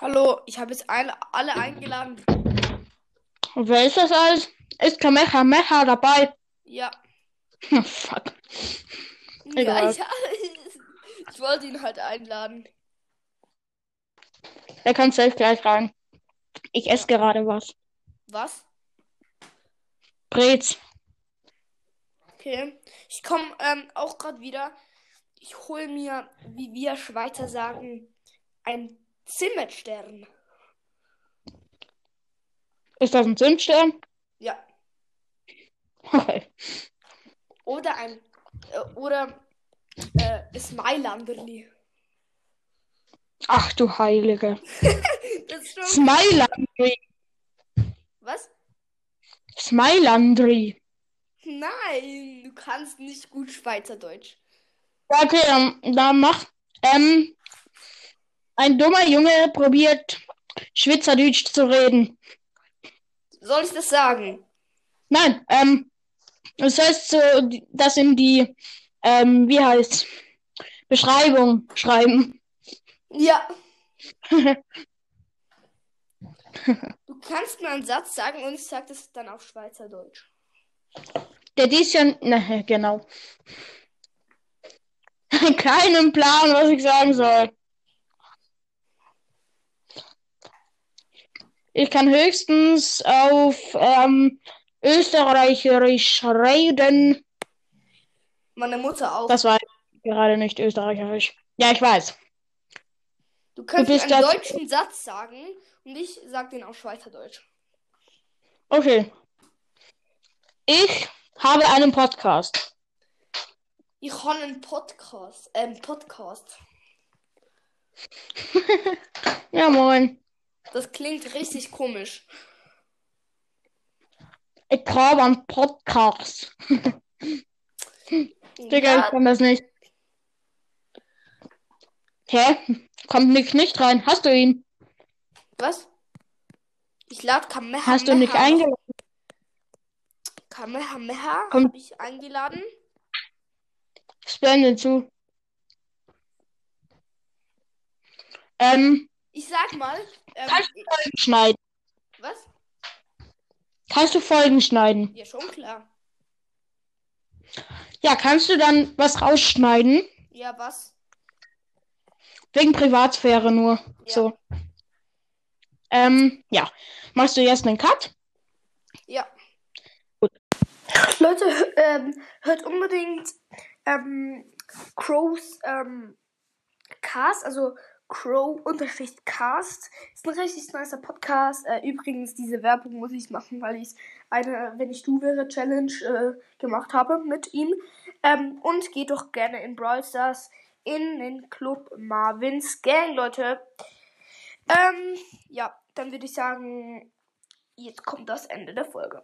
Hallo, ich habe jetzt ein, alle eingeladen. Und wer ist das alles? Ist Kamehameha dabei? Oh, Ja. Fuck. Ja, Egal. ich, ich wollte ihn halt einladen. Der kann safe gleich rein. Ich esse gerade was. Was? Brez. Okay. Ich komme ähm, auch gerade wieder. Ich hole mir, wie wir Schweizer sagen, einen Zimmerstern. Ist das ein Zimtstern? Ja. Okay. Oder ein. Äh, oder. Äh, das Mailanderli. Ach du Heilige. Das ist schon. Smilandri. Was? Smilandri. Nein, du kannst nicht gut Schweizerdeutsch. Ja, okay, dann, dann mach. Ähm, ein dummer Junge probiert Schweizerdeutsch zu reden. Soll ich das sagen? Nein, ähm, das heißt, äh, die- das in die, ähm, wie heißt Beschreibung schreiben. Ja. Du kannst mir einen Satz sagen und ich sag das dann auf Schweizerdeutsch. Der dies ja, ne, genau. Keinen Plan, was ich sagen soll. Ich kann höchstens auf ähm, Österreicherisch reden. Meine Mutter auch. Das war gerade nicht Österreicherisch. Ja, ich weiß. du kannst du bist einen das- deutschen Satz sagen und ich sag den auf Schweizerdeutsch. Okay. Ich habe einen Podcast. Ich habe einen Podcast. Ähm, Podcast. Ja, moin. Das klingt richtig komisch. Ich habe einen Podcast. Digga, ich Ja, kann das nicht. Hä? Kommt Nick nicht rein? Hast du ihn? was? Ich lade Kamehameha. Hast du nicht eingeladen? Kamehameha Komm. habe ich eingeladen. Spam den zu. Ähm, Ich sag mal. Ähm, Kannst schneiden. was? Kannst du Folgen schneiden? Ja, schon klar. Ja, kannst du dann was rausschneiden? Ja, was? Wegen Privatsphäre nur. Ja. So. Ähm, ja. Machst du jetzt einen Cut? Ja. Gut. Leute, hö- ähm, hört unbedingt ähm, Crows ähm, Cast, also Crow-Cast. Ist ein richtig nicer Podcast. Äh, übrigens, diese Werbung muss ich machen, weil ich eine Wenn ich du wäre Challenge äh, gemacht habe mit ihm. Ähm, und geht doch gerne in Brawl Stars in den Club Marvins Gang, Leute. Ähm, ja, dann würde ich sagen, jetzt kommt das Ende der Folge.